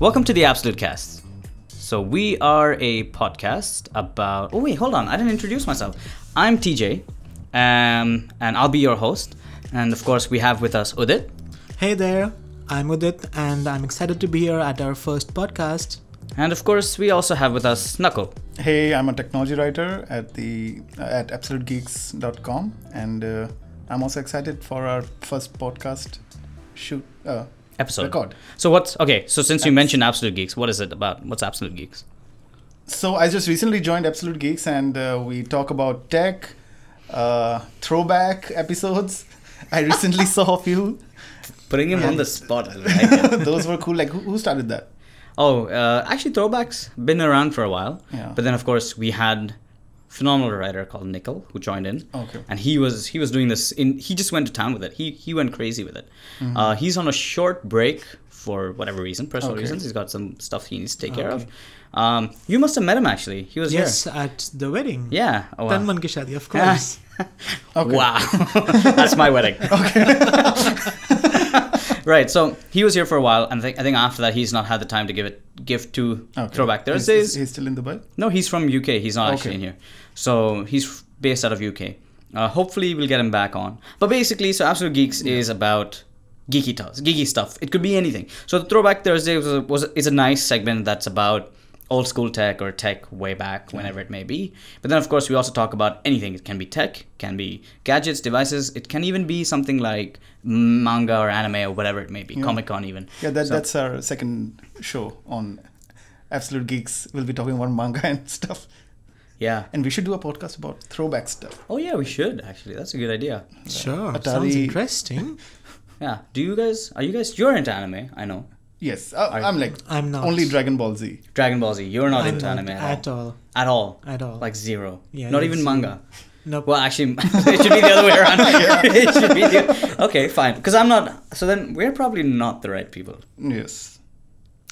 Welcome to the Absolute Cast. So we are a podcast about. Oh wait, hold on. I didn't introduce myself. I'm TJ, um, and I'll be your host. And of course, we have with us Udit. Hey there, I'm Udit, and I'm excited to be here at our first podcast. And of course, we also have with us Knuckle. Hey, I'm a technology writer at the at absolutegeeks.com, and uh, I'm also excited for our first podcast shoot uh, Episode. Record. So what's okay? So since you mentioned Absolute Geeks, what is it about? What's Absolute Geeks? So I just recently joined Absolute Geeks, and uh, we talk about tech, uh, throwback episodes. I recently saw a few; Putting him on the spot. I like it. those were cool. Like, who, who started that? Oh, uh, actually, throwbacks been around for a while. Yeah. But then, of course, we had phenomenal writer called Nickel who joined in. Okay. And he was he was doing this. In he just went to town with it. He he went crazy with it. Mm-hmm. Uh, he's on a short break for whatever reason, personal Okay. reasons. He's got some stuff he needs to take care of. Okay. Um, you must have met him actually. He was Yes, at the wedding. here. Yeah. Oh, wow. Tanman Kishadi, of course. Okay. Wow. That's my wedding. Okay. right. So he was here for a while, and I think, I think after that he's not had the time to give it give to Okay. Throwback He's- Thursdays. He's, he's still in Dubai. No, he's from UK. He's not actually Okay. in here. So he's f- based out of UK. Uh, hopefully, we'll get him back on. But basically, so Absolute Geeks is about geeky toss, geeky stuff. It could be anything. So the Throwback Thursday was, a, was a, is a nice segment that's about old school tech or tech way back, whenever it may be. But then, of course, we also talk about anything. It can be tech, can be gadgets, devices. It can even be something like manga or anime or whatever it may be, Comic Con even. Yeah, that, So- that's our second show on Absolute Geeks. We'll be talking about manga and stuff. yeah. And we should do a podcast about throwback stuff. Oh yeah, we should actually. That's a good idea. Sure, Atari- sounds interesting. Yeah. Do you guys? Are you guys? You're into anime. I know. Yes, I, I'm like I'm not. only Dragon Ball Z. Dragon Ball Z. You're not I'm into not anime at all. At all. At all. Like zero. Yeah, not yeah, even zero. manga. No, Well, actually, it should be the other way around. it should be the, okay, fine. Because I'm not. So then we're probably not the right people Yes.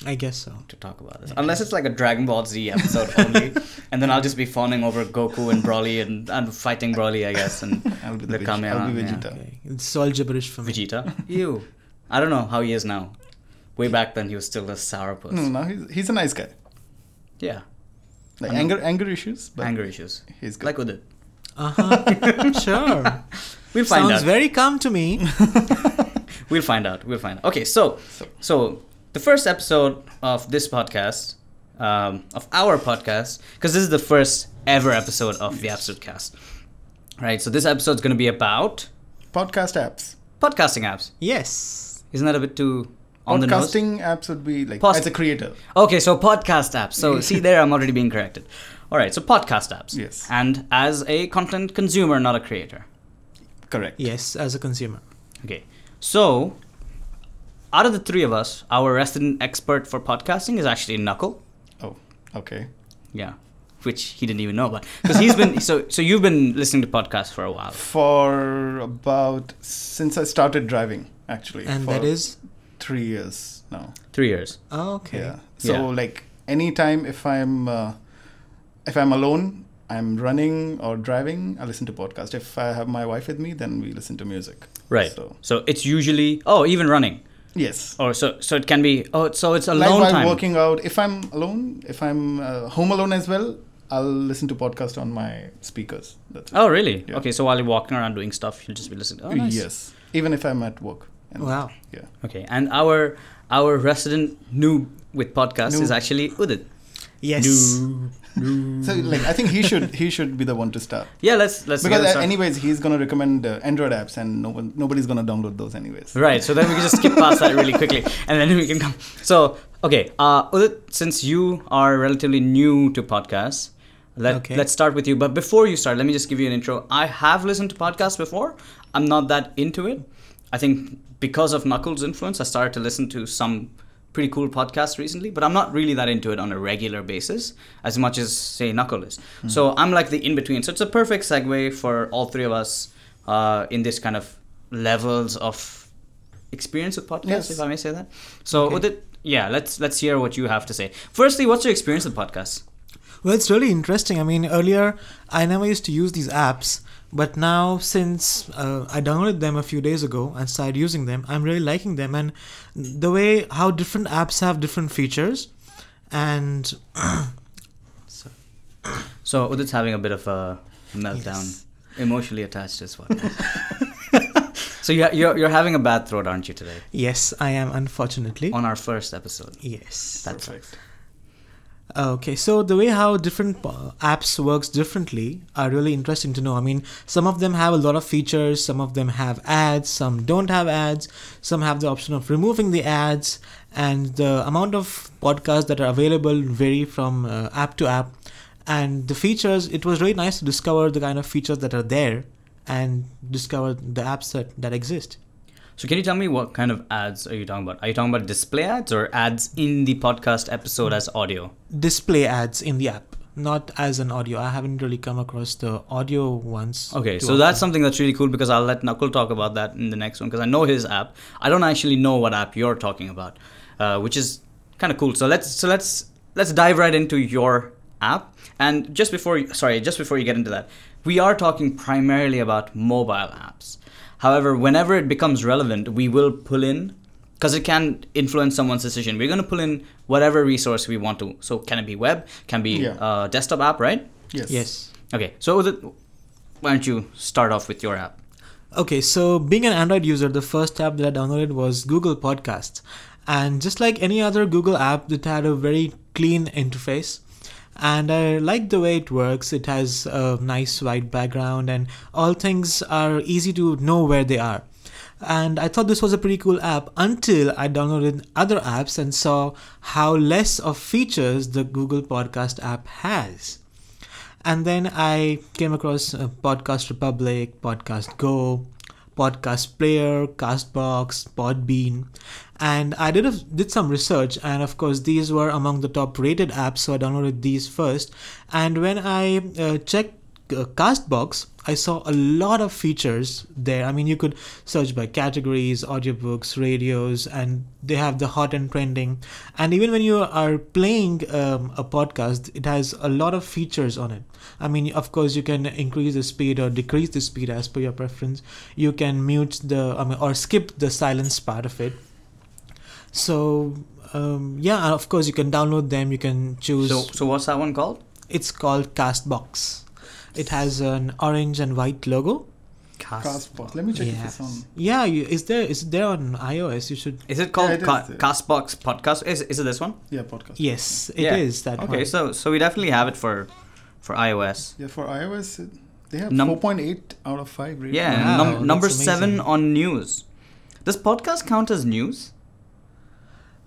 I guess so. to talk about this, unless it's like a Dragon Ball Z episode only, and then I'll just be fawning over Goku and Broly and, and fighting Broly, I guess, and I'll be the Veg- Kamea, I'll be yeah. Vegeta. Okay. It's all gibberish for me. Vegeta. Ew. I don't know how he is now. Way back then, he was still a sourpuss. No, no, he's, he's a nice guy. Yeah, Like I mean- anger, anger issues, but anger issues. he's good. Like with it, Uh huh. sure. we'll find Sounds out. very calm to me. We'll find out. We'll find out. Okay, so So- so the first episode of this podcast, um, of our podcast, because this is the first ever episode of the Absolute Cast, right? So this episode's going to be about podcast apps. podcasting apps. Yes. Isn't that a bit too on the nose? Podcasting apps would be like Post- as a creator. Okay, so podcast apps. So see there, I'm already being corrected. All right, so podcast apps. Yes. And as a content consumer, not a creator. Correct. Yes, as a consumer. Okay. So, out of the three of us, our resident expert for podcasting is actually Knuckle. Oh, okay. Yeah. Which he didn't even know about because he's been so so you've been listening to podcasts for a while. For about since I started driving, actually, And for that is. three years now. Three years. Okay. Yeah. So Yeah. like anytime if I'm uh, if I'm alone, I'm running or driving, I listen to podcast. If I have my wife with me, then we listen to music. Right. So, So it's usually oh even running yes. or so so it can be oh so it's Like alone while time. working out, if I'm alone, if I'm uh, home alone as well, I'll listen to podcast on my speakers. That's it. Oh really? Yeah. Okay. So while you're walking around doing stuff, you'll just be listening. Oh nice. Yes. Even if I'm at work. And- Wow. Yeah. Okay. And our our resident noob with podcasts is Noob. actually Udit. Yes. So like I think he should he should be the one to start. Yeah. Let's let's get Because us uh, started. anyways, he's gonna recommend uh, Android apps, and no one, nobody's gonna download those anyways. Right, so then we can just skip past that really quickly, and then we can come. So, okay, uh, Udit, since you are relatively new to podcasts, let, Okay. let's start with you. But before you start, let me just give you an intro. I have listened to podcasts before. I'm not that into it. I think because of Knuckles' influence, I started to listen to some pretty cool podcasts recently, but I'm not really that into it on a regular basis as much as, say, Knuckle is. So I'm like the in between. So it's a perfect segue for all three of us uh, in this kind of levels of experience with podcasts, Yes. if I may say that. So, Okay. Udit, yeah, let's let's hear what you have to say. Firstly, what's your experience with podcasts? Well, it's really interesting. I mean, earlier I never used to use these apps, But now, since uh, I downloaded them a few days ago and started using them, I'm really liking them. And the way how different apps have different features, and So Udit's having a bit of a meltdown, emotionally attached to this podcast. so you're, you're you're having a bad throat, aren't you today? yes, I am unfortunately. On our first episode. Yes. That's Perfect. Uh, Okay, so the way how different uh, apps works differently are really interesting to know. I mean, some of them have a lot of features, some of them have ads, some don't have ads, some have the option of removing the ads, and the amount of podcasts that are available vary from uh, app to app. And the features, it was really nice to discover the kind of features that are there and discover the apps that, that exist. So can you tell me what kind of ads are you talking about? Are you talking about display ads or ads in the podcast episode as audio? Display ads in the app, not as an audio. I haven't really come across the audio ones. Okay, too so often. that's something that's really cool because I'll let Knuckle talk about that in the next one because I know his app. I don't actually know what app you're talking about, uh, which is kind of cool. So let's so let's let's dive right into your app. And just before you- sorry, just before you get into that, we are talking primarily about mobile apps. However, whenever it becomes relevant, we will pull in because it can influence someone's decision. We're going to pull in whatever resource we want to. So can it be web? Can be Yeah. uh, desktop app, right? Yes. Yes. Okay, so the, why don't you start off with your app? Okay, so being an Android user, the first app that I downloaded was Google Podcasts. And just like any other Google app, it had a very clean interface. And I like the way it works. It has a nice white background, and all things are easy to know where they are. And I thought this was a pretty cool app until I downloaded other apps and saw how less of features the Google Podcast app has. And then I came across uh, Podcast Republic, Podcast Go, Podcast Player, Castbox, Podbean, and I did a, did some research. And of course, these were among the top rated apps, so I downloaded these first. And when I uh, checked uh, Castbox, I saw a lot of features there. I mean, you could search by categories, audiobooks, radios, and they have the hot and trending. And even when you are playing um, a podcast, it has a lot of features on it. I mean, of course, you can increase the speed or decrease the speed as per your preference. You can mute the, I mean, or skip the silence part of it. So, um, yeah, and of course, you can download them. You can choose So, so what's that one called? it's called Castbox. It has an orange and white logo. Castbox. Let me check if Yeah. it's on. Yeah, you, is there is it there on iOS? You should. Is it Yeah, called it is Ca- the- Castbox Podcast? Is, is it this one? Yeah, podcast. Yes, it is Yeah. that Okay, one. so so we definitely have it for for iOS. Yeah, for iOS, it- they have Num- 4.8 out of 5 rating. Yeah, Wow, num- that's number amazing. seven on news. Does podcast count as news?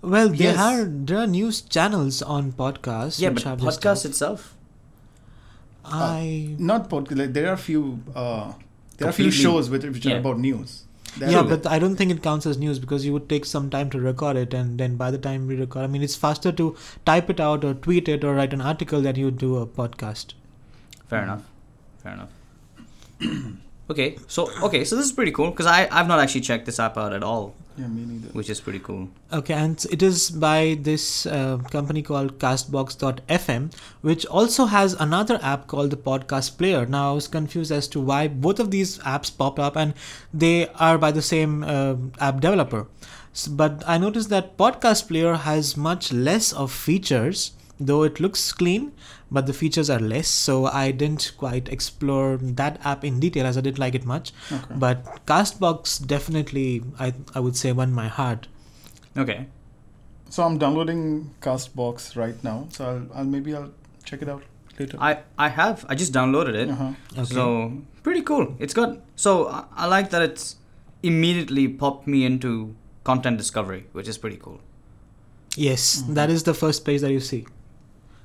well, there Yes. are there are news channels on podcasts. yeah, which but have this podcast stuff. itself. I. Not podcast. Like, there are few. Uh, there are few Completely. shows with, which Yeah. are about news. That- Yeah, but I don't think it counts as news because you would take some time to record it, and then by the time we record, I mean, it's faster to type it out or tweet it or write an article than you do a podcast. Fair Mm-hmm. enough. Fair enough. okay, so okay, so this is pretty cool because I I've not actually checked this app out at all, yeah, me neither. which is pretty cool. Okay, and it is by this uh, company called Castbox.fm, which also has another app called the Podcast Player. Now, I was confused as to why both of these apps popped up and they are by the same uh, app developer. S but I noticed that Podcast Player has much less of features, though it looks clean, but the features are less. So I didn't quite explore that app in detail as I didn't like it much. Okay. But Castbox definitely, I, I would say, won my heart. Okay, So I'm downloading Castbox right now. So I'll, I'll maybe I'll check it out later. I I have I just downloaded it. uh-huh. Okay. So pretty cool. It's good. So I, I like that it's immediately popped me into content discovery, which is pretty cool. yes, that is the first page that you see.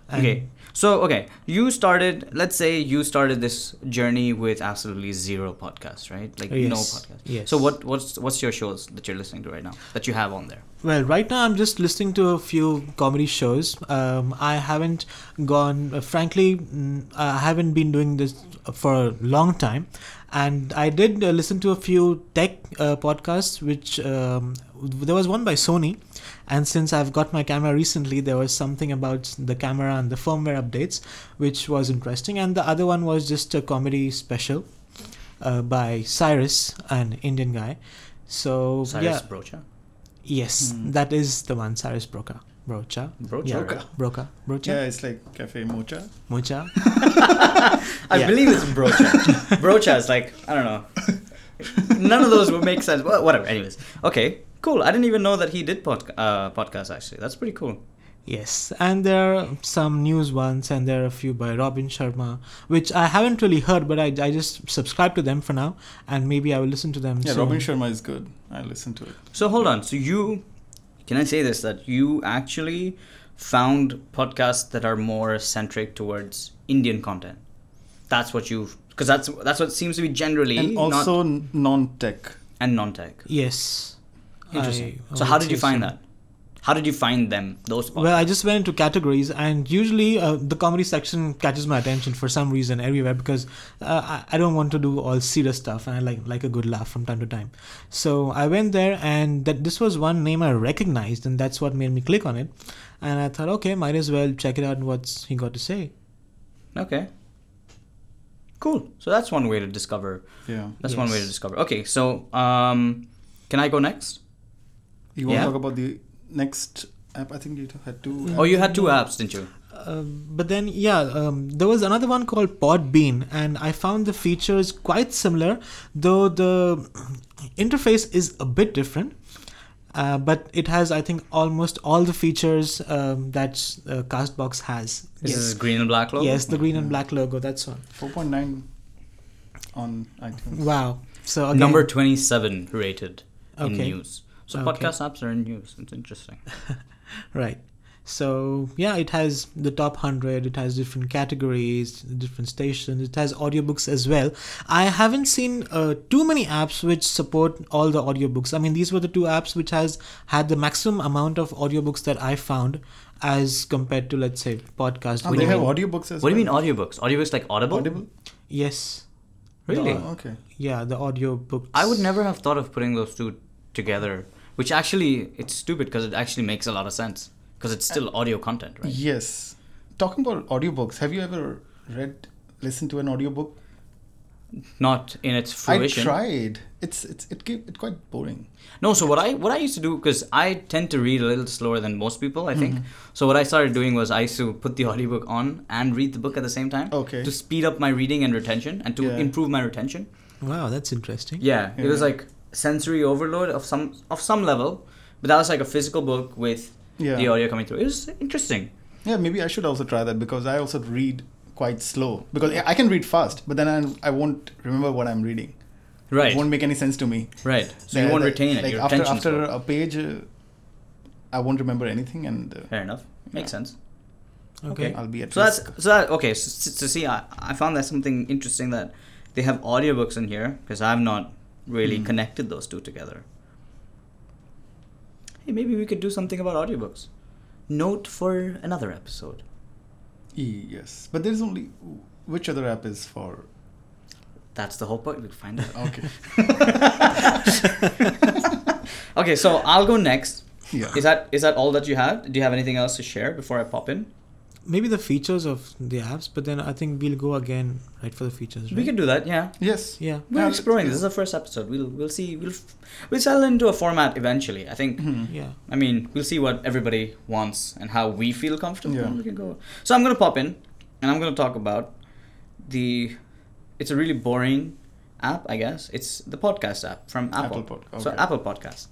And okay. So okay, you started. Let's say you started this journey with absolutely zero podcasts, right? Like no Yes, podcast. yes. So what what's what's your shows that you're listening to right now that you have on there? Well, right now I'm just listening to a few comedy shows. Um, I haven't gone, uh, frankly, mm, I haven't been doing this for a long time. And I did uh, listen to a few tech uh, podcasts, which um, there was one by Sony. And since I've got my camera recently, there was something about the camera and the firmware updates, which was interesting. And the other one was just a comedy special. uh, by Cyrus, an Indian guy. So Cyrus yeah, Brocha. yes, Hmm. that is the one, Cyrus Broca. Brocha. Brocha. Yeah, Broca. Broca. Brocha. Yeah, it's like Cafe Mocha. Mocha. I Yeah. believe it's brocha. brocha is like I don't know. None of those would make sense. Well, whatever. Anyways, okay, cool. I didn't even know that he did pod- uh, podcast. Actually, that's pretty cool. Yes, and there are some news ones, and there are a few by Robin Sharma, which I haven't really heard, but I, I just subscribe to them for now, and maybe I will listen to them. Yeah, soon. Robin Sharma is good. I listen to it. So hold on. So you can I say this that you actually found podcasts that are more centric towards Indian content. That's what you because that's that's what seems to be generally And not- also n non-tech. and non-tech. Yes. Interesting. I- I so how would did you say find so. that? How did you find them? Those podcasts? Well, I just went into categories, and usually uh, the comedy section catches my attention for some reason everywhere because uh, I, I don't want to do all serious stuff, and I like like a good laugh from time to time. So I went there, and that this was one name I recognized, and that's what made me click on it. And I thought, okay, might as well check it out. What's he got to say? okay. Cool. So that's one way to discover. Yeah. That's one way to Yes. discover. Okay, so um, can I go next? You want to Yeah. talk about the next app? I think you had two. Oh, you had two apps, didn't you? Um, but then yeah um, there was another one called podbean and i found the features quite similar though the interface is a bit different uh, but it has i think almost all the features um, that uh, castbox has This is green and black logo. Mm. yes the green and black logo that's one 4.9 on iTunes. wow so again, Number twenty-seven rated in Okay. news. So Okay. podcast apps are in news. It's interesting. Right. So yeah, it has the top hundred. It has different categories, different stations. It has audiobooks as well. I haven't seen uh, too many apps which support all the audiobooks. I mean, these were the two apps which has had the maximum amount of audiobooks that I found, as compared to let's say podcast. Oh, which- they do you have mean? audiobooks as What do well. you mean audiobooks? Audiobooks like Audible? Audible? yes. Really? Oh, okay. Yeah, the audiobooks. I would never have thought of putting those two together. Which actually, it's stupid because it actually makes a lot of sense because it's Uh, still audio content, right? Yes. Talking about audiobooks, have you ever read, listened to an audiobook? Not in its fruition. I tried. It's it's it gave, it quite boring. No, so what I what I used to do because I tend to read a little slower than most people, I think. Mm-hmm. So what I started doing was I used to put the audiobook on and read the book at the same time. Okay. To speed up my reading and retention and to Yeah. improve my retention. Wow, that's interesting. Yeah, it was Yeah. like sensory overload of some of some level, but that was like a physical book with Yeah. the audio coming through. It was interesting. Yeah, maybe I should also try that because I also read quite slow. Because I can read fast, but then I, I won't remember what I'm reading. Right. It won't make any sense to me. Right. So you Like- won't like- retain it. like Your after attention. after a page, uh, I won't remember anything, and uh, Fair enough. Makes sense. Okay. I'll be at So risk. that's so that okay. So, so see, I, I found that something interesting that they have audiobooks in here because I've not really connected those two together. Hey, maybe we could do something about audiobooks. Note for another episode. E, yes, but there's only which other app is for That's the whole point. We'll find out. okay. okay, so I'll go next. Yeah. Is that is that all that you had? Do you have anything else to share before I pop in? Maybe the features of the apps, but then I think we'll go again right for the features. Right? We can do that. Yeah. yes. Yeah. We're Yeah, exploring. This let's is the first episode. We'll we'll see. We'll f- we'll settle into a format eventually. I think. Hmm. Yeah. I mean, we'll see what everybody wants and how we feel comfortable. Yeah. We can go. So I'm gonna pop in, and I'm gonna talk about the. It's a really boring app, I guess. It's the podcast app from Apple. Apple Pod- So okay. Apple Podcast,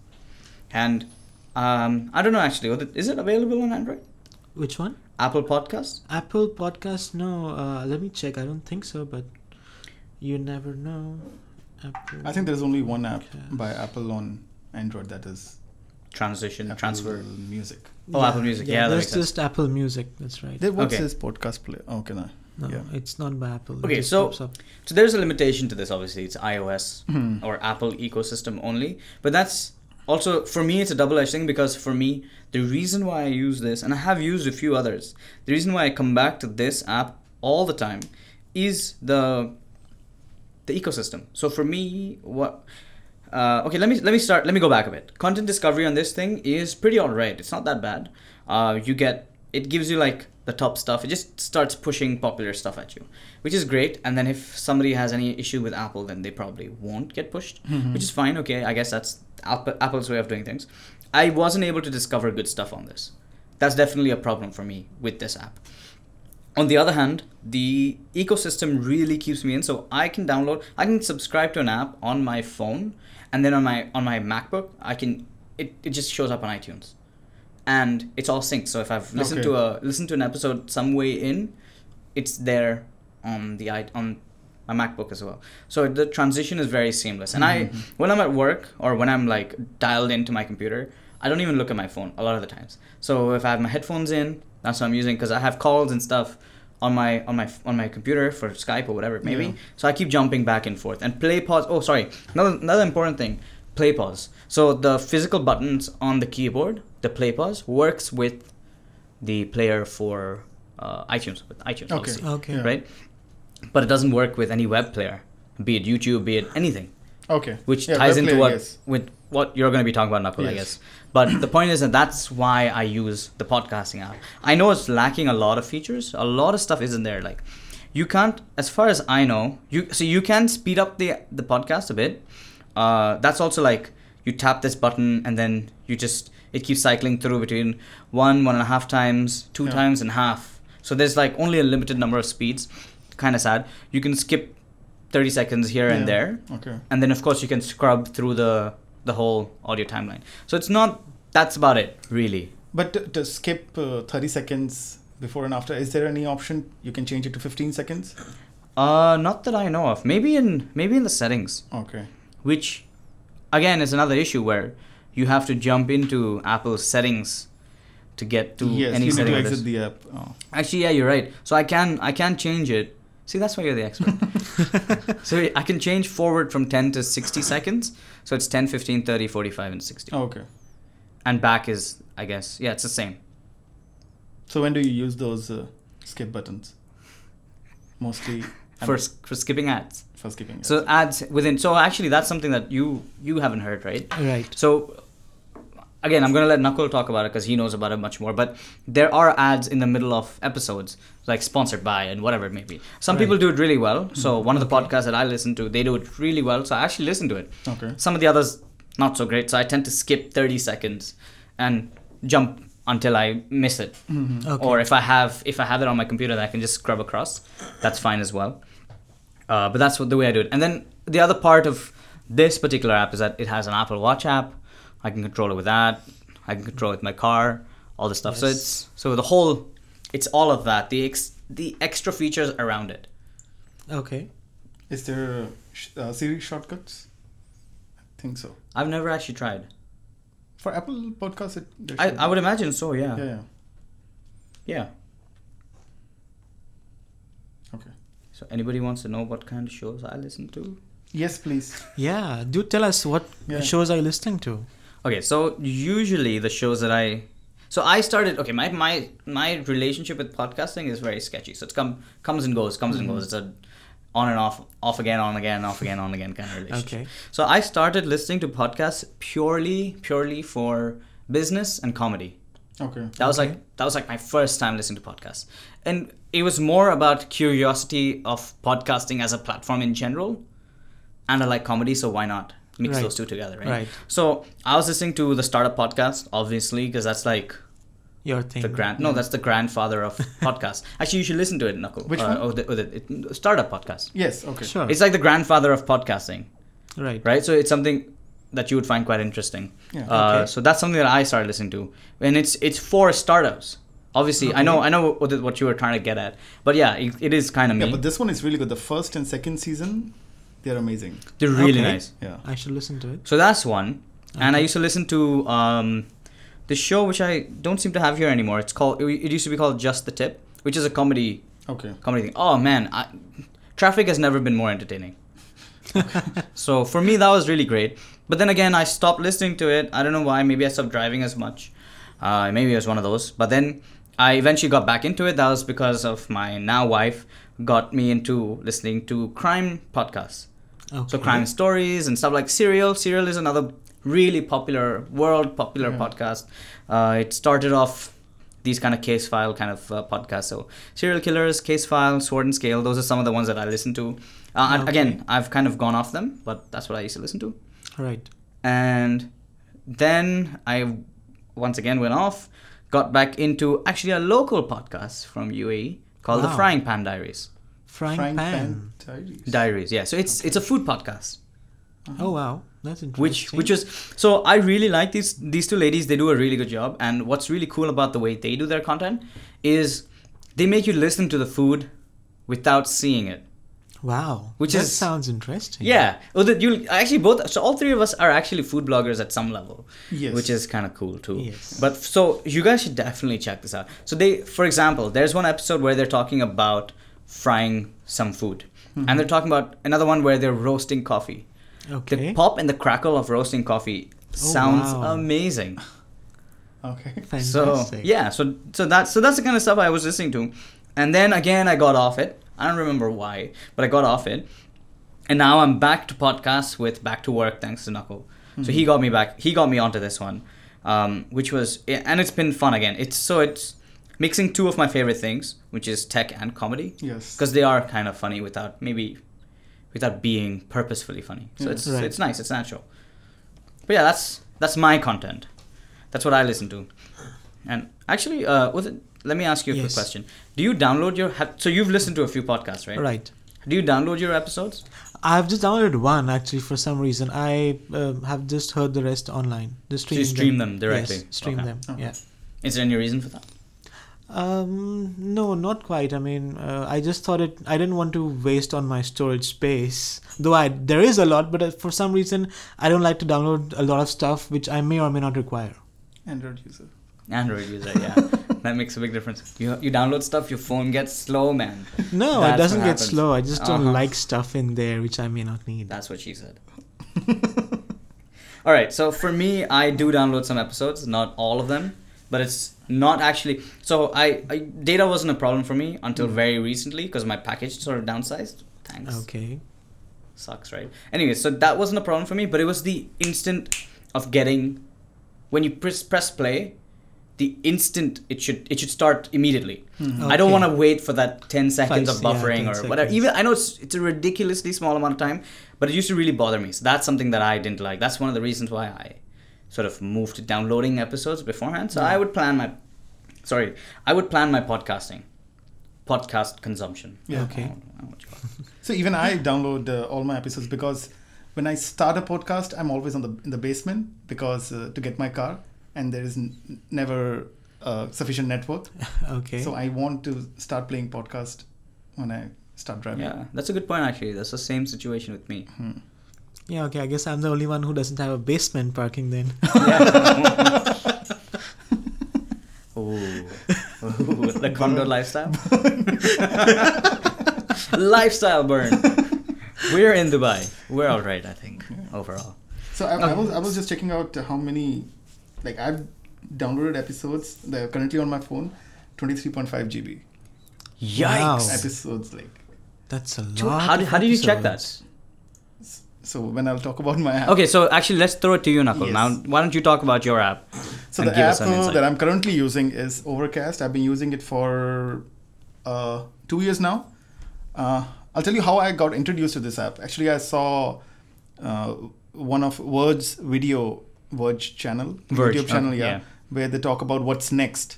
and um, I don't know actually. whether- Is it available on Android? Which one? Apple Podcast. Apple Podcast? No, uh, let me check. I don't think so, but you never know. Apple. I think there's only one app Okay. by Apple on Android that is Transition. Apple Transfer. Music. Oh, Apple Music. Yeah, that there's makes sense. just Apple Music. That's right. There what's Okay. this podcast play? Okay, no. no, yeah. it's not by Apple. It Okay, just so- pops up. So there's a limitation to this. Obviously, it's iOS or Apple ecosystem only. But that's also for me, it's a double-edged thing because for me, the reason why I use this, and I have used a few others, the reason why I come back to this app all the time is the the ecosystem. So for me, what uh, okay, let me let me start. Let me go back a bit. Content discovery on this thing is pretty alright. It's not that bad. Uh, you get it gives you like the top stuff. It just starts pushing popular stuff at you, which is great. And then if somebody has any issue with Apple, then they probably won't get pushed, which is fine. Okay, I guess that's Apple, Apple's way of doing things. I wasn't able to discover good stuff on this. That's definitely a problem for me with this app. On the other hand, the ecosystem really keeps me in, so I can download, I can subscribe to an app on my phone, and then on my on my MacBook, I can it, it just shows up on iTunes, and it's all synced. So if I've listened to a Okay. listened to an episode some way in, it's there on the i on my MacBook as well. So the transition is very seamless. And I when I'm at work or when I'm like dialed into my computer, I don't even look at my phone a lot of the times. So if I have my headphones in, that's what I'm using because I have calls and stuff on my on my on my computer for Skype or whatever maybe. Yeah. So I keep jumping back and forth and play pause. Oh, sorry. Another another important thing, play pause. So the physical buttons on the keyboard, the play pause works with the player for uh, iTunes with iTunes Okay. obviously Okay. Yeah. right? But it doesn't work with any web player, be it YouTube, be it anything, Okay. which Yeah, ties web into player, what yes. with what you're going to be talking about, Knuckle, I Yes. guess. But the point is that that's why I use the podcasting app. I know it's lacking a lot of features. A lot of stuff isn't there. Like you can't, as far as I know, you so you can speed up the the podcast a bit. Uh, that's also like you tap this button and then you just it keeps cycling through between one one and a half times, two Yeah. times, and half. So there's like only a limited number of speeds. Kind of sad. You can skip thirty seconds here and Yeah. there Okay. and then of course you can scrub through the the whole audio timeline so it's not that's about it really But to, to skip uh, 30 seconds before and after, is there any option you can change it to 15 seconds? uh not that i know of maybe in maybe in the settings Okay. which again is another issue where you have to jump into apple's settings to get to yes, any you need setting to of this. exit the app. Oh. actually yeah you're right so i can i can change it see that's why you're the expert so i can change forward from 10 to 60 seconds so it's 10 15 30 45 and 60 okay. and back is i guess yeah it's the same So when do you use those uh, skip buttons? Mostly I for, mean, s- for skipping ads for skipping. yes. So uh, ads within. So actually, that's something that you you haven't heard, right? Right. So again, I'm gonna let Knuckle talk about it because he knows about it much more. But there are ads in the middle of episodes, like sponsored by and whatever it may be. Some people do it really well. So one of the podcasts that I listen to, they do it really well. So I actually listen to it. okay. Some of the others not so great. So I tend to skip 30 seconds and jump until I miss it Mm-hmm. Okay. or if I have if I have it on my computer that I can just scrub across, that's fine as well. Uh, but that's what the way I do it. And then the other part of this particular app is that it has an Apple Watch app. I can control it with that. I can control it with my car. All this stuff. So Yes. it's so the whole, it's all of that. The ex, the extra features around it. okay. Is there uh, sh- uh, Siri shortcuts? I think so. I've never actually tried. For Apple Podcasts, it. there I, should I would imagine so. be. Yeah. Yeah, yeah. Yeah. Okay. So anybody wants to know what kind of shows I listen to? Yes, please. Yeah. Do tell us what Yeah. shows are you listening to? Okay, so usually the shows that I so I started okay, my my my relationship with podcasting is very sketchy. So it's come comes and goes, comes and goes. It's a on and off, off again, on again, off again, on again kind of relationship. Okay. So I started listening to podcasts purely purely for business and comedy. Okay. That was like that was like my first time listening to podcasts, and it was more about curiosity of podcasting as a platform in general, and I like comedy, so why not mix Right. those two together, right? Right. So I was listening to the startup podcast, obviously, because that's like Your thing. the grand. No, that's the grandfather of podcasts. Actually, you should listen to it, Knuckle. Which Uh, one? Or the, or the it, startup podcast. Yes. Okay. Sure. It's like the grandfather of podcasting right. right? So it's something that you would find quite interesting. Yeah. Uh, Okay. So that's something that I started listening to, and it's it's for startups. Obviously, I know I know what, what you were trying to get at, but yeah, it, it is kind of me. Yeah, but this one is really good. The first and second season, they're amazing. They're really Okay. nice. Yeah. I should listen to it. So that's one, and I Okay. used to listen to um, the show which I don't seem to have here anymore. It's called it, it used to be called Just the Tip, which is a comedy Okay. comedy thing. Oh man, I, traffic has never been more entertaining. so for me, that was really great. But then again, I stopped listening to it. I don't know why. Maybe I stopped driving as much. Uh, maybe it was one of those. But then I eventually got back into it. That was because of my now wife got me into listening to crime podcasts. Okay. So crime stories and stuff like Serial. Serial is another really popular world popular Yeah. podcast. Uh, it started off these kind of case file kind of uh, podcasts. So serial killers, case file, sword and scale. Those are some of the ones that I listen to. Uh, and Okay. Again, I've kind of gone off them, but that's what I used to listen to. Right. And then I once again went off, got back into actually a local podcast from UAE called the Wow. Frying Pan Diaries. Frying, Frying pan. Diaries. Diaries, yeah. So it's it's a food podcast. Oh wow, that's interesting. which which was so I really like these these two ladies. They do a really good job, and what's really cool about the way they do their content is they make you listen to the food without seeing it. wow, which that is- sounds interesting. Yeah, well, that you actually both. So all three of us are actually food bloggers at some level, Yes. which is kind of cool too. Yes. But so you guys should definitely check this out. So they, for example, there's one episode where they're talking about frying some food, and they're talking about another one where they're roasting coffee. Okay. Oh, The pop and the crackle of roasting coffee sounds wow. amazing. Okay. So Fantastic. yeah, so so that so that's the kind of stuff I was listening to, and then again I got off it. I don't remember why, but I got off it, and now I'm back to podcasts with Back to Work thanks to Knuckle. So Hmm. he got me back. He got me onto this one, um, which was yeah, and it's been fun again. It's so it's mixing two of my favorite things, which is tech and comedy, Yes. because they are kind of funny without maybe without being purposefully funny. So Yeah. it's Mm. Right. it's nice. It's natural. But yeah, that's that's my content. That's what I listen to. And actually, uh, with let me ask you a quick Yes. question. Do you download your? ha- So you've listened to a few podcasts, right? Right. Do you download your episodes? I've just downloaded one actually for some reason. I um, have just heard the rest online. Just So stream you stream them directly? Yes, stream Okay. them. Uh-huh. Yeah. Is there any reason for that? Um, no, not quite. I mean, uh, I just thought it. I didn't want to waste on my storage space. Though I there is a lot, but uh, for some reason I don't like to download a lot of stuff which I may or may not require. Android user. Android user, yeah, that makes a big difference. You you download stuff, your phone gets slow, man. No, That's it doesn't what get happens. slow. I just don't Uh-huh. like stuff in there which I may not need. That's what she said. all right, so for me, I do download some episodes, not all of them, but it's not actually. So I, I data wasn't a problem for me until very recently because my package sort of downsized. Thanks. Okay. Sucks, right? Anyway, so that wasn't a problem for me, but it was the instant of getting when you press press play, the instant it should it should start immediately. I don't Mm-hmm. Okay. want to wait for that 10 seconds of Five- yeah, buffering 10 or whatever. seconds. Even I know it's, it's a ridiculously small amount of time, but it used to really bother me. So that's something that I didn't like. That's one of the reasons why I sort of moved to downloading episodes beforehand. So I would plan my sorry, I would plan my podcasting, podcast consumption. Yeah. I Okay. don't know what you call it. So even I download uh, all my episodes because when I start a podcast, I'm always on the in the basement because uh, to get my car, and there is n- never uh, sufficient network. Okay. So I want to start playing podcast when I start driving. Yeah, that's a good point actually. That's the same situation with me. yeah. Okay. I guess I'm the only one who doesn't have a basement parking then. Ooh. Ooh, the condo lifestyle. lifestyle burn. We're in Dubai. We're all right, I think, overall. So I, Oh. I was I was just checking out how many, like I've downloaded episodes that are currently on my phone, twenty three point five GB Oh. Yikes. episodes. Like That's a Dude, lot. How do, of how do you check that? episodes. so when I'll talk about my app. Okay, so actually, let's throw it to you, Knuckle. Yes. Now, why don't you talk about your app? So and the give app us an uh, insight. that I'm currently using is Overcast. I've been using it for uh, two years now. Uh, I'll tell you how I got introduced to this app. Actually, I saw uh, one of Verge's video Verge channel, Verge, YouTube channel, okay, yeah, yeah. where they talk about what's next.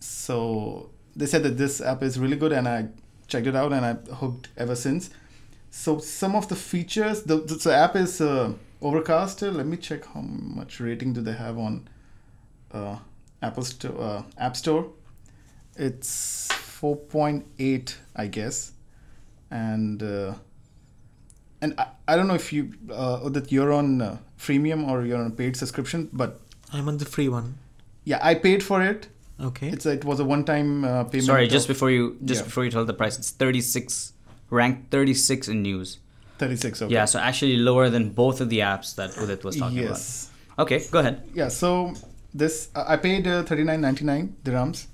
So they said that this app is really good, and I checked it out, and I'm hooked ever since. So some of the features, the, the, the app is uh, Overcast. Uh, Let me check how much rating do they have on uh, Apple Store, uh, App Store. It's 4.8, I guess, and uh, and I, I don't know if you uh, that you're on uh, freemium or you're on a paid subscription, but I'm on the free one. yeah, I paid for it. Okay. It's it was a one-time uh, payment. Sorry, of just before you just Yeah. before you tell the price, it's 36, ranked 36 in news. 36. Okay. Yeah, so actually lower than both of the apps that Udit was talking Yes. about. Okay, go ahead. Yeah. So this I I paid uh, 39.99 dirhams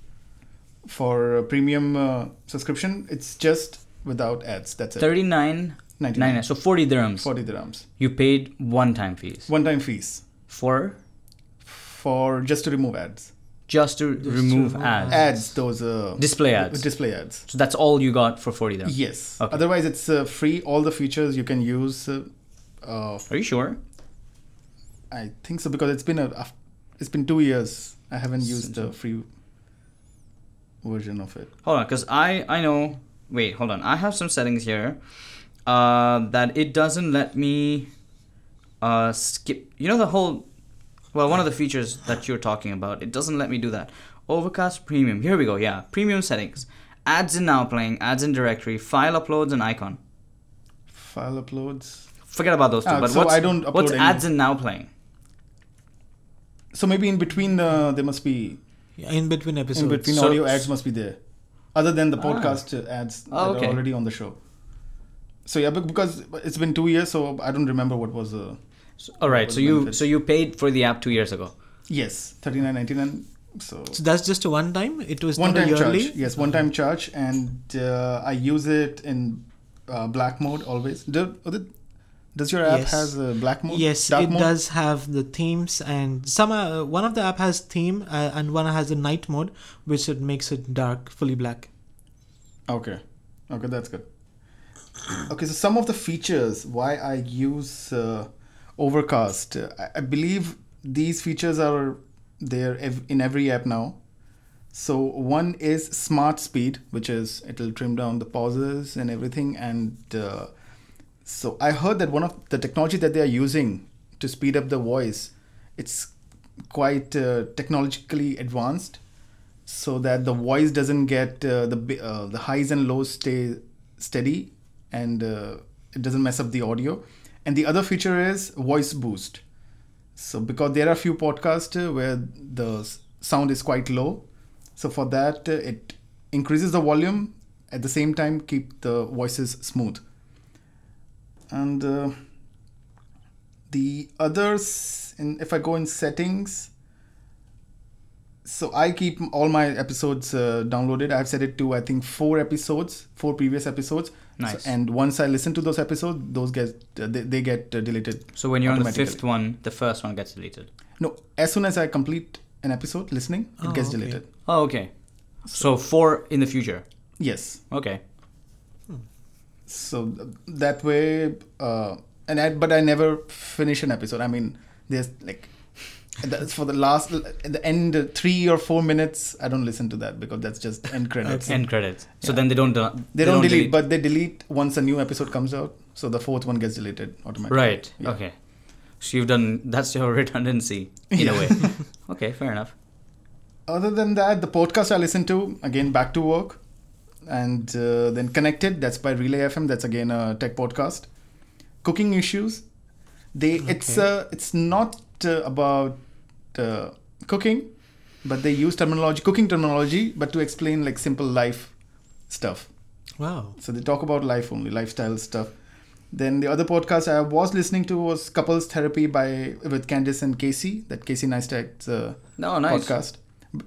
for a premium uh, subscription. It's just without ads. That's it. 39 99. so 40 dirhams 40 dirhams. you paid one time fees One-time fees for for just to remove ads. just to remove remove ads. ads those uh, Display ads. display ads So that's all you got for 40 dirham. yes Okay. otherwise it's uh, free all the features you can use uh, uh, Are you sure? i think so because it's been a af- it's been two years i haven't used the free version of it Hold on, because I I know. Wait, hold on. I have some settings here uh, that it doesn't let me uh, skip. You know the whole. Well, one of the features that you're talking about, it doesn't let me do that. Overcast Premium. Here we go. Yeah, Premium settings. Ads in now playing. Ads in directory. File uploads and icon. file uploads Forget about those two. Ah, but so what's, I don't upload what's any- ads in now playing? so maybe in between uh, there must be in between episodes. in between So- Ah. audio ads must be there other than the podcast uh ads that Oh, okay. are already on the show so yeah bec- because it's been two years so i don't remember what was uh, So, all right. What So you benefits? so you paid for the app two years ago. yes 39.99 so So that's just a one time. It was one not a time charge yearly. Uh-huh. yes one time charge and uh, i use it in uh, black mode always Do, oh, does your app Yes. has a black mode Yes, dark it mode? does have the themes and some. Uh, one of the app has theme uh, and one has a night mode, which it makes it dark, fully black. Okay. Okay, that's good. Okay, so some of the features why I use uh, Overcast, uh, I- I believe these features are there ev- in every app now. So one is smart speed, which is it'll trim down the pauses and everything. And uh, so I heard that one of the technology that they are using to speed up the voice, it's quite uh, technologically advanced, so that the voice doesn't get uh, the bi- uh, the highs and lows stay steady, and uh, it doesn't mess up the audio. And the other feature is voice boost. So because there are few podcasts uh, where the s- sound is quite low, so for that uh, it increases the volume at the same time keep the voices smooth. And uh, the others, in, if I go in settings, so I keep all my episodes uh, downloaded. I've set it to I think four episodes, four previous episodes. So- Nice. and once I listen to those episodes, those get uh, they, they get uh, deleted So when you're on the Automatically. fifth one, the first one gets deleted. no, as soon as I complete an episode listening, Oh, it gets okay. deleted. Oh, okay. So four in the future. Yes. Okay. So th- that way, uh, and I, but I never finish an episode. I mean, there's like, that's for the last, at the end, uh, three or four minutes, I don't listen to that because that's just end credits. Okay. End credits. So Yeah. then they don't. do- They, don't, delete, but they delete once a new episode comes out. So the fourth one gets deleted automatically. right. Yeah. Okay. So you've done. That's your redundancy in a Yeah. way. okay. Fair enough. other than that, the podcast I listen to again back to work, and uh, then connected. That's by Relay FM. That's again a tech podcast. Cooking issues. They it's Okay. uh, it's not uh, about uh, cooking, but they use terminology, cooking terminology, but to explain like simple life stuff. Wow. So they talk about life only, lifestyle stuff. Then the other podcast I was listening to was Couples Therapy by with Candice and Casey. That Casey Neistat's uh, No. Nice. podcast.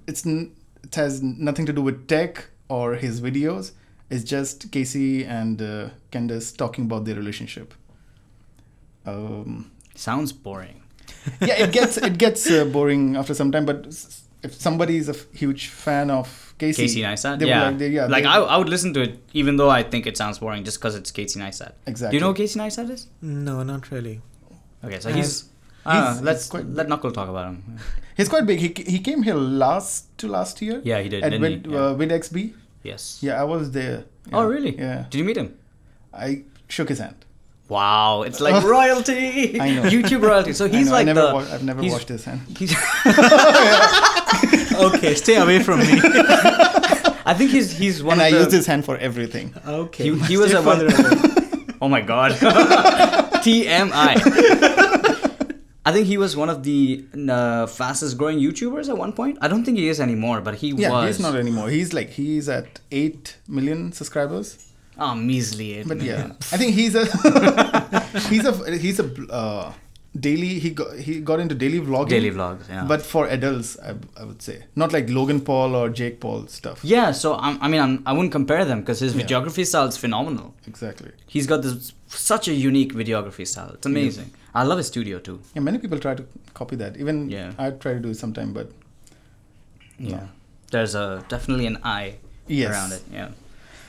It's n- it has nothing to do with tech or his videos. It's just Casey and uh, Candace talking about their relationship. Um, Sounds boring. yeah, it gets it gets uh, boring after some time. But s- if somebody is a f- huge fan of Casey, Casey Neistat. they will yeah. like, they, yeah, like they- I, I would listen to it even though I think it sounds boring just because it's Casey Neistat. Do exactly. you know who Casey Neistat is? No, not really. Okay. So Uh, he's. Uh, he's- let's he's quite- let Knuckle talk about him. he's quite big. He, he came here last to last year. Yeah, he did. At didn't Wid, he? Yeah. uh, WidXB. yes. Yeah, I was there. Oh Yeah. really? Yeah, Did you meet him? I shook his hand. Wow, it's like royalty. I know. YouTube royalty. So I he's know, like I never the. wa- I've never he's- washed his hand. He's, Okay, stay away from me. I think he's he's one and I of the. used his hand for everything. Okay. He, he was stay a one. further away. oh my god. TMI. I think he was one of the uh, fastest growing YouTubers at one point. I don't think he is anymore, but he Yeah, was. he's not anymore. He's like he's at eight million subscribers. Oh, measly. eight But yeah, million. I think he's a he's a he's a uh, daily he got he got into daily vlogging. Daily vlogs, yeah. But for adults, I, I would say not like Logan Paul or Jake Paul stuff. Yeah, so I'm, I mean, I'm, I wouldn't compare them because his Yeah. videography style is phenomenal. Exactly. He's got this such a unique videography style. It's amazing. I love his studio too. Yeah, many people try to copy that. Even Yeah. I try to do it sometime, but Yeah. There's a definitely an eye Yes. around it. Yeah.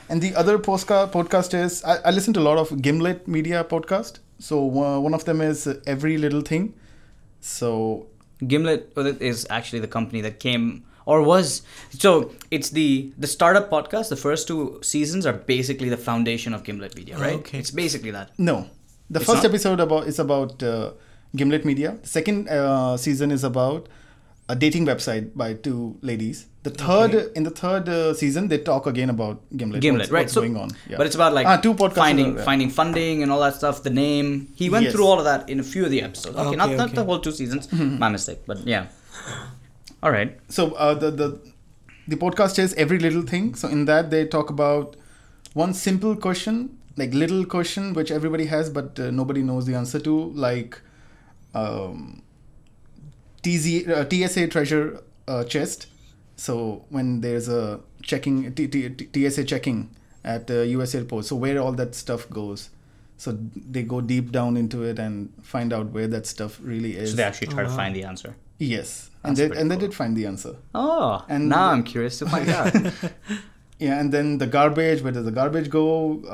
And the other postca- podcast is I, I listen to a lot of Gimlet Media podcast. So uh, one of them is uh, Every Little Thing. So Gimlet well, it is actually the company that came or was so it's the the startup podcast. The first two seasons are basically the foundation of Gimlet Media, right? Okay. It's basically that. no, the It's first not? episode about is about uh, Gimlet Media. Second uh, season is about a dating website by two ladies. The third in the third uh, season they talk again about Gimlet. Gimlet, what's, right? What's so, going on? Yeah. But it's about like ah, two podcasts. finding are- finding funding and all that stuff. The name he went Yes. through all of that in a few of the episodes. Okay, not Okay, not the okay. whole two seasons. My mistake, but yeah. All right. so uh, the the the podcast is every little thing so in that they talk about one simple question like little question which everybody has but uh, nobody knows the answer to like um, TZ, uh, tsa treasure uh, chest so when there's a checking T, T, T, tsa checking at uh, us airport so where all that stuff goes so they go deep down into it and find out where that stuff really is So they actually try Oh, to wow. find the answer. yes and That's they, pretty and they cool. did find the answer Oh, And- and now I'm curious to find out. Yeah, and then the garbage. Where does the garbage go?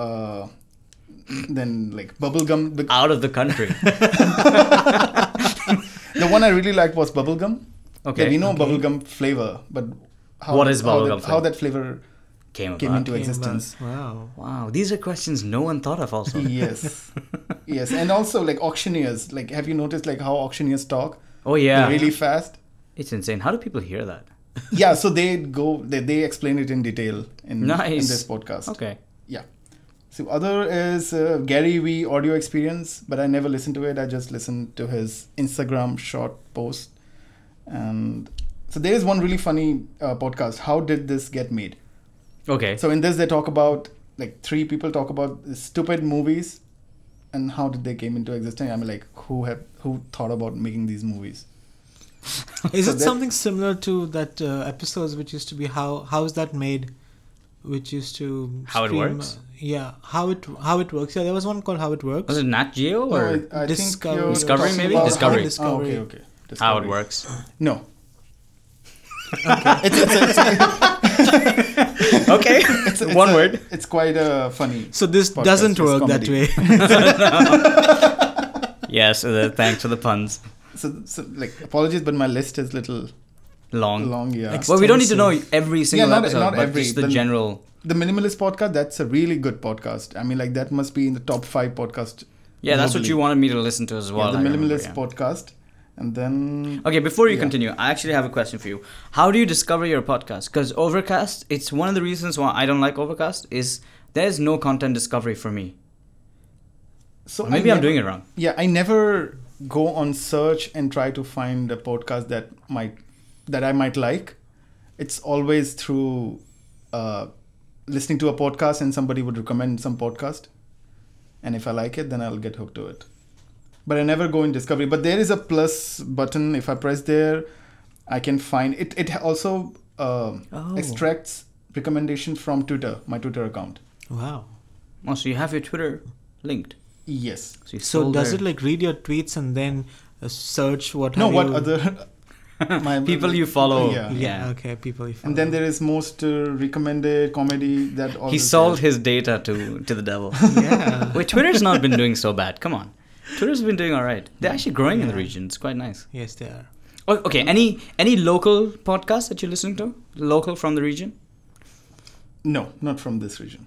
Uh, then like bubblegum. The, out of the country. the one I really liked was bubblegum. Okay. Yeah, we know bubblegum flavor, but how, What is how bubblegum that, how flavor? that flavor? Came, Came about. into existence. Wow. Wow, these are questions no one thought of. Also. Yes, yes, and also like auctioneers. Like, have you noticed like how auctioneers talk? Oh yeah. They're really fast. It's insane. How do people hear that? Yeah, so they go. They, they explain it in detail in, in Nice. this podcast. Okay. Yeah. So other is uh, Gary V audio experience, but I never listened to it. I just listened to his Instagram short post, and so there is one really funny uh, podcast. How did this get made? Okay. So in this, they talk about like three people talk about stupid movies, and how did they came into existence. I mean, like who have who thought about making these movies? Is So it that- something similar to that uh, episodes which used to be how how is that made, which used to How it stream- uh, works? Yeah, how it how it works. Yeah, there was one called How It Works. Was it Nat Geo or No, I- I think Discovery. you're Discovery, talking maybe? about- Discovery. Oh, okay, okay. how it Discovery. works? No. it's, it's, it's, it's, okay. it's One a- word. It's quite uh, funny. so this Podcast doesn't is work that comedy. way. Yes. Uh, thanks for the puns. So, so like apologies, but my list is little Long. long. Yeah, Ex- Well, we don't need to know Extensive. every single Yeah, not- episode, not but every, just the but- general. the minimalist podcast. That's a really good podcast. I mean, like that must be in the top five podcast. Yeah, that's what globally. you wanted me to listen to as Yeah, well. the I remember, minimalist yeah. podcast, and then Okay, before you Yeah. continue, I actually have a question for you. How do you discover your podcast? Because Overcast, it's one of the reasons why I don't like Overcast is there's no content discovery for me. so Or maybe I I'm nev- doing it wrong. Yeah, I never go on search and try to find a podcast that might that I might like. It's always through uh, listening to a podcast, and somebody would recommend some podcast, and if I like it, then I'll get hooked to it. But I never go in discovery. But there is a plus button. If I press there, I can find it. It also um Oh. extracts recommendation from Twitter, my Twitter account. wow. Oh, so you have your Twitter linked. Yes. So, you So stole does their- it like read your tweets and then uh, search what? No, have what you- other my- people you follow? Yeah. Yeah. Yeah. Okay. People. You And follow. then there is most uh, recommended comedy that all He this sold is. his data to to the devil. Yeah. Wait, Twitter's not been doing so bad. Come on, Twitter's been doing all right. They're actually growing in the region. It's quite nice. yes, they are. O- Okay, any any local podcast that you're listening to? Local from the region? No, not from this region.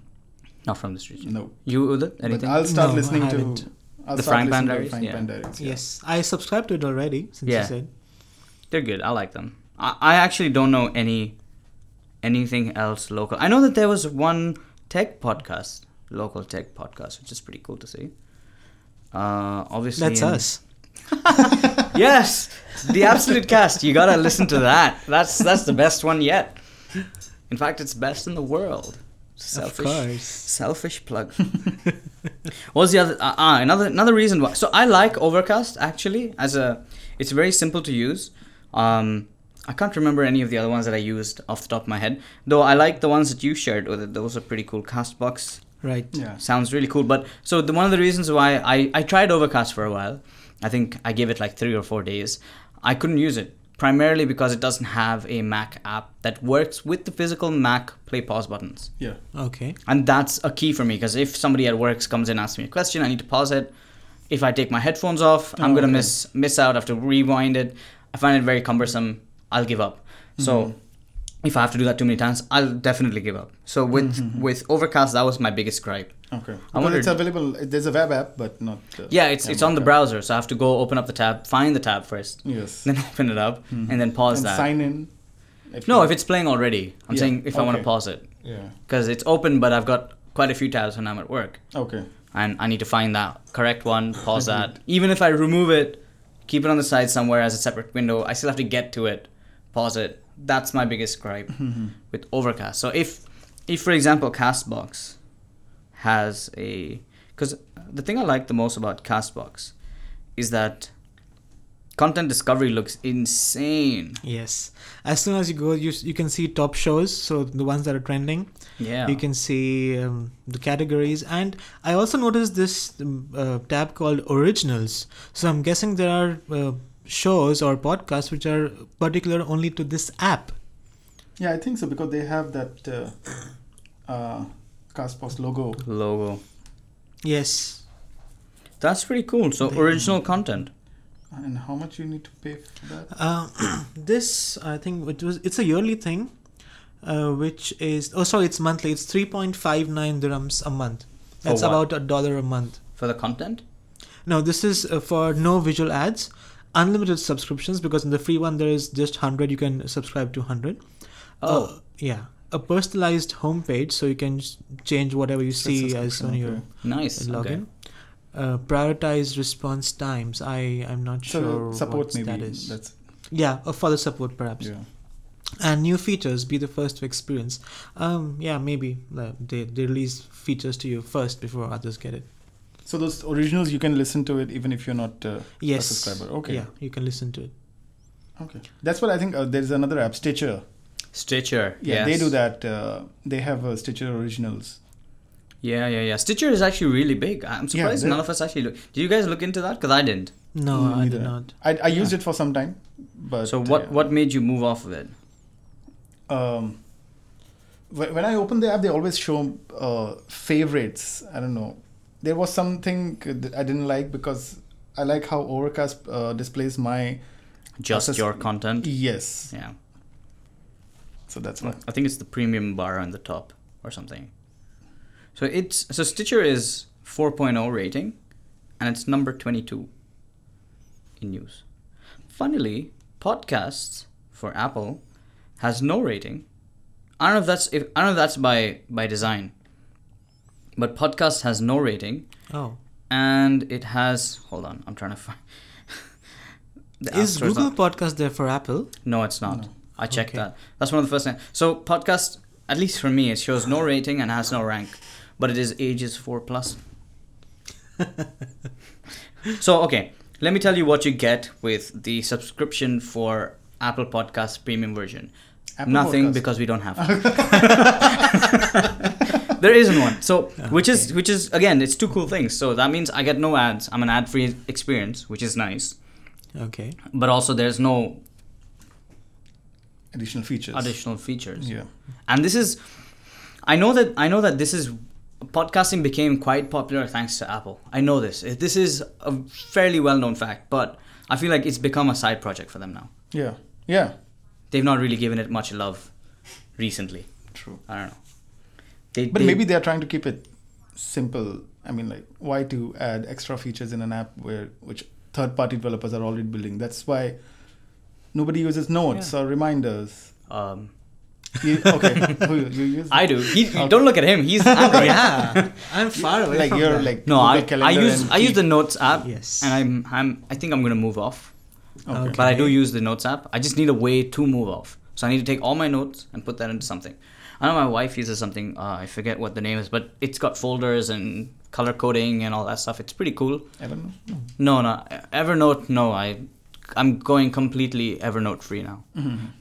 Not from this region. No. You Udit? But Anything? I'll start No, I listening to haven't. I'll The start Frank listening Banderas? to Frank Yeah. Banderas. yeah. Yes, I subscribed to it already since Yeah. you said. They're good. I like them. I, I actually don't know any anything else local. I know that there was one tech podcast, local tech podcast, which is pretty cool to see. Uh, obviously, That's in- us. yes, the absolute cast. You gotta listen to that. That's that's the best one yet. In fact, it's best in the world. Selfish, course. selfish plug. What's the other? Uh, uh, another another reason why. So I like Overcast actually as a. It's very simple to use. Um, I can't remember any of the other ones that I used off the top of my head. Though I like the ones that you shared. With it. Those are pretty cool. Castbox Right. Yeah. sounds really cool. But so the, one of the reasons why I, I tried Overcast for a while, I think I gave it like three or four days. I couldn't use it primarily because it doesn't have a Mac app that works with the physical Mac play pause buttons. Yeah. Okay. And that's a key for me because if somebody at work comes in asks me a question, I need to pause it. If I take my headphones off, I'm gonna miss miss out. I have to rewind it. I find it very cumbersome. I'll give up. So Mm-hmm. if I have to do that too many times, I'll definitely give up. So with with Overcast, that was my biggest gripe. Okay. I Because it's wondered- available. There's a web app, but not. Uh, Yeah, it's it's on the browser, so I have to go open up the tab, find the tab first, Yes. then open it up, and then pause Mm-hmm. that. and sign in. If no, you- if it's playing already, I'm Yeah, saying if I want to okay. pause it Yeah. because it's open, but I've got quite a few tabs when I'm at work. Okay. and I need to find that correct one, pause that. Even if I remove it, keep it on the side somewhere as a separate window, I still have to get to it, pause it. That's my biggest gripe with Overcast. So if if for example Castbox has a cuz the thing I like the most about Castbox is that content discovery looks insane. Yes. As soon as you go, you s- you can see top shows. So the ones that are trending. Yeah. You can see um, the categories, and I also noticed this um, uh, tab called Originals. So I'm guessing there are uh, shows or podcasts which are particular only to this app. Yeah, I think so because they have that uh, uh, Castbox logo. logo. Yes. That's pretty cool. So original content. And how much you need to pay for that? Uh, this I think it was it's a yearly thing, uh, which is oh sorry it's monthly. It's three point five nine dirhams a month. For That's what? about a dollar a month. For the content? No, this is uh, for no visual ads, unlimited subscriptions because in the free one there is just 100 you can subscribe to 100. Oh. Uh, yeah. A personalized homepage so you can s- change whatever you see as subscription, on your okay. Nice. Okay. login. Uh, prioritize response times. I I'm not So sure support what maybe. that is. That's yeah, uh, for the support perhaps. yeah. And new features. Be the first to experience. Um, yeah, maybe uh, they they release features to you first before others get it. So those originals you can listen to it even if you're not uh, Yes. a subscriber. Okay. Yeah, you can listen to it. Okay. That's what I think. Uh, there's another app, Stitcher. Stitcher. Yeah, yes. they do that. Uh, they have uh, Stitcher originals. Yeah, yeah, yeah. Stitcher is actually really big. I'm surprised they- none of us actually look. Did you guys look into that? Because I didn't. No, I Neither. did not. Mm, I, I used it for some time, but So what Uh, yeah. what made you move off of it? um, wh- when I open the app, they always show uh, favorites. I don't know. There was something that I didn't like because I like how Overcast uh, displays my Just Access- your content. yes. Yeah. So that's why. I think it's the premium bar on the top or something. So it's so Stitcher is 4.0 rating, and it's number 22 in use. Funnily, podcasts for Apple has no rating. I don't know if that's if I don't know if that's by by design. But podcast has no rating. Oh. and it has hold on i'm trying to find The App Is Store's Google not- Podcast there for Apple? no it's not i checked Okay. that that's one of the first things so podcast at least for me it shows no rating and has no rank but it is ages 4 plus so okay let me tell you what you get with the subscription for apple podcast premium version Apple nothing Podcast. because we don't have one. there isn't one so which is which is again it's two cool things so that means i get no ads i'm an ad-free experience which is nice Okay. but also there's no Mm. Additional features. additional features Yeah. and this is i know that i know that this is podcasting became quite popular thanks to apple i know this It- this is a fairly well-known fact but i feel like it's become a side project for them now Yeah. Yeah. they've not really given it much love recently True. i don't know they, But they- maybe they are trying to keep it simple. I mean, like, why to add extra features in an app where which third-party developers are already building? That's why nobody uses notes or reminders. um, You, okay, Who you, you use? i do he, don't look at him he's Android. yeah, I'm far away. like from you're that. like no Google I, I Calendar use and i use keep- the notes app Yes. and i'm i'm i think i'm gonna move off Okay. But I do use the notes app. I just need a way to move off. So I need to take all my notes and put that into something. I know my wife uses something, uh, I forget what the name is, but it's got folders and color coding and all that stuff. It's pretty cool. I don't know. No. No, no, Evernote, no. I, I'm going completely Evernote free now.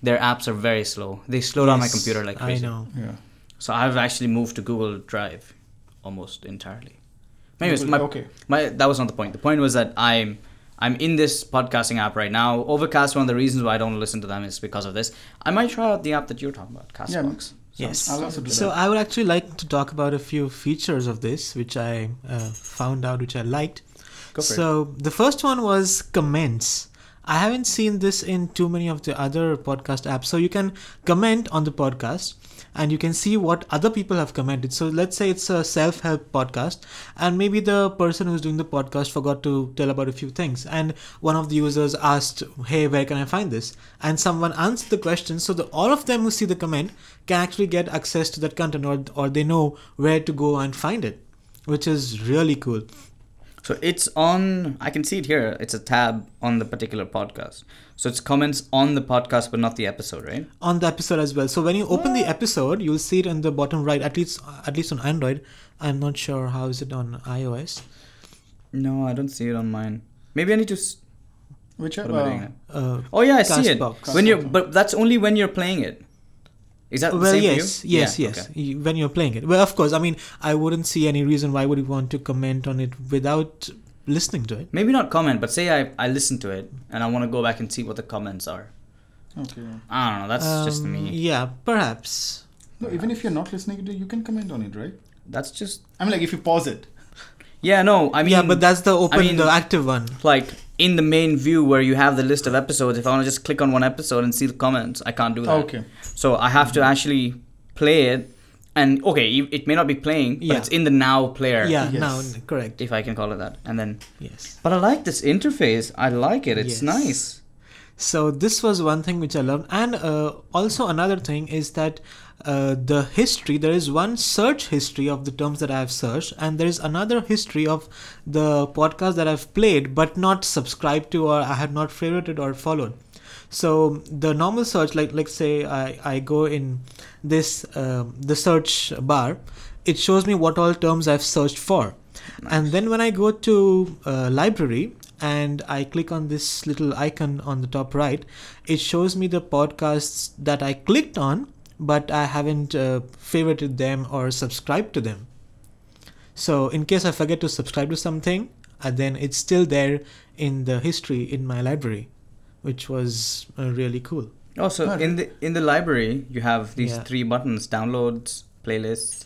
Their apps are very slow. They slow down my Yes, computer like crazy. I know. Yeah. So I've actually moved to Google Drive almost entirely. Anyways, Google- my, okay. my that was not the point. The point was that I'm I'm in this podcasting app right now. Overcast, one of the reasons why I don't listen to them is because of this. I might try out the app that you're talking about, Yeah. Castbox. Yes. I'll also do so that. I would actually like to talk about a few features of this, which I uh, found out, which I liked. Go for it. so the first one was comments. I haven't seen this in too many of the other podcast apps. So you can comment on the podcast and you can see what other people have commented. So let's say it's a self help podcast, and maybe the person who's doing the podcast forgot to tell about a few things. And one of the users asked, Hey, where can I find this? And someone answered the question so that all of them who see the comment can actually get access to that content or, or they know where to go and find it, which is really cool. So it's on. I can see it here. It's a tab on the particular podcast. So it's comments on the podcast, but not the episode, right? on the episode as well. So when you open the episode, you'll see it in the bottom right. At least, at least on Android. I'm not sure how is it on iOS. No, I don't see it on mine. Maybe I need to. s- Which What am I doing? uh, now? Uh, Oh yeah, I see it. Castbox. When you're, but that's only when you're playing it. Is that the well, Uh, same yes, for you? yes, Yeah, yes. okay. Y- When you're playing it, well, of course. I mean, I wouldn't see any reason why would you want to comment on it without listening to it. Maybe not comment, but say I I listen to it and I want to go back and see what the comments are. uh, okay. I don't know. That's just Um, me. Yeah, perhaps. No, even if you're not listening to it, you can comment on it, right? That's just. I mean, like if you pause it. Yeah. No. I mean. yeah, but that's the open, mean- the active one. like in the main view where you have the list of episodes if i want to just click on one episode and see the comments i can't do that Okay. so i have to actually play it and okay you- it may not be playing but Yeah. it's in the now player Yeah, Yes. now correct. if i can call it that and then Yes. but i like this interface i like it it's Yes. nice So this was one thing which I loved, and uh, also another thing is that uh, the history. There is one search history of the terms that I have searched, and there is another history of the podcast that I've played but not subscribed to, or I have not favorited or followed. So the normal search, like let's say I, I go in this um the search bar, it shows me what all terms I've searched for, and then when I go to uh, library and I click on this little icon on the top right, it shows me the podcasts that I clicked on, but I haven't uh, favorited them or subscribed to them. So in case I forget to subscribe to something, uh, then it's still there in the history in my library, which was uh, really cool. also Alright. Oh, in the in the library you have these Yeah. three buttons downloads playlists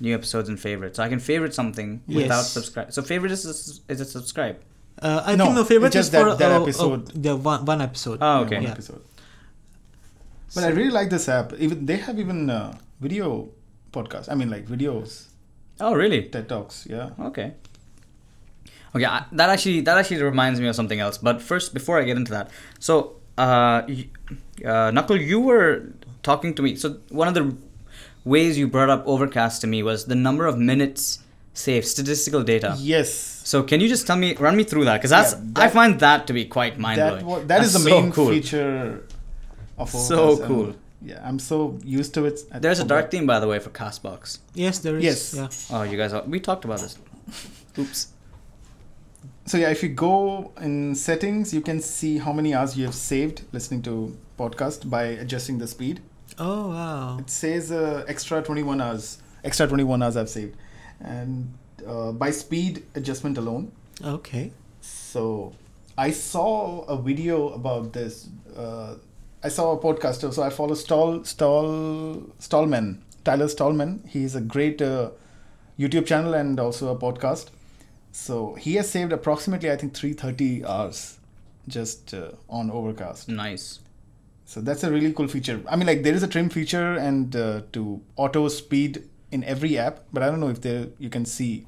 new episodes and favorites so i can favorite something without Yes. subscribe so favorite is a, is a subscribe Uh, I No, think the it's favorite just is that- for that uh, uh, episode. the one, one episode. oh Yeah, okay one Yeah. episode. But I really like this app. Even they have even uh, video podcasts. I mean, like videos, oh really TED talks. Yeah. Okay. Okay, I, that actually that actually reminds me of something else. But first, before I get into that, so uh, y- uh, Knuckle, you were talking to me. So one of the ways you brought up Overcast to me was the number of minutes saved, statistical data. Yes. So can you just tell me, run me through that? Because that's Yeah, that- I find that to be quite mind That blowing. wa- that is the so main cool. feature of So Overcast, and cool. yeah, I'm so used to it. I There's a dark forgot. theme, by the way, for Castbox. Yes, there is. Yes. Yeah. Oh, you guys, are, we talked about this. Oops. So yeah, if you go in settings, you can see how many hours you have saved listening to podcast by adjusting the speed. Oh wow. It says uh, extra 21 hours. Extra 21 hours I've saved, and uh, by speed adjustment alone. Okay. So I saw a video about this. Uh, I saw a podcaster. So I follow Stall Stall Stallman, Tyler Stallman. He's a great uh, YouTube channel and also a podcast. So he has saved approximately, I think, 330 hours just uh, on Overcast. Nice. So that's a really cool feature. I mean, like there is a trim feature and uh, to auto speed in every app, but I don't know if there you can see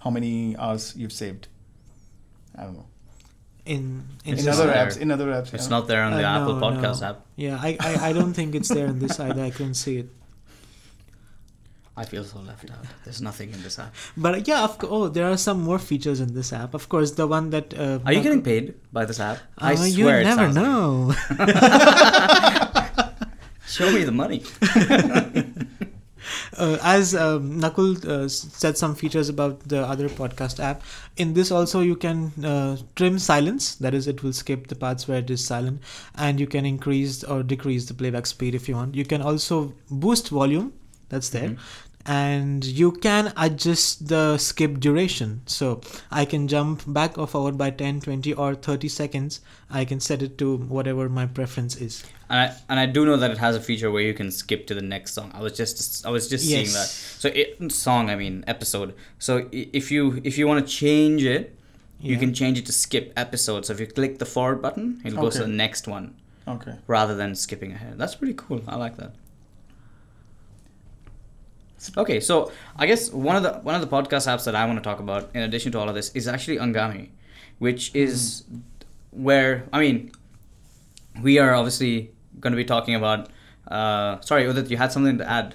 how many hours you've saved. I don't know In in It's in this- just other there. apps in other apps It's yeah. not there on Uh, the Apple no, Podcast no. app. Yeah, I, I, I don't think it's there in this either. I couldn't see it. I feel so left out. There's nothing in this app. But yeah, of co- oh, there are some more features in this app. Of course, the one that uh, Are you getting paid by this app? Uh, you it never sounds like it. know. Show me the money. uh, as um, Nakul uh, s- said some features about the other podcast app. In this also you can uh, trim silence. That is, it will skip the parts where it is silent, and you can increase or decrease the playback speed if you want. You can also boost volume. That's there. and you can adjust the skip duration so i can jump back or forward by 10 20 or 30 seconds i can set it to whatever my preference is And I, and I do know that it has a feature where you can skip to the next song. I was just I was just seeing Yes. that. So it, song, I mean episode. So i- if you if you want to change it, you Yeah. can change it to skip episode. So if you click the forward button, it'll go to Okay. the next one Okay. rather than skipping ahead. That's pretty cool. I like that. Okay, so I guess one of the one of the podcast apps that I want to talk about in addition to all of this is actually Angami, which is where I mean we are obviously going to be talking about uh, sorry Udit, you had something to add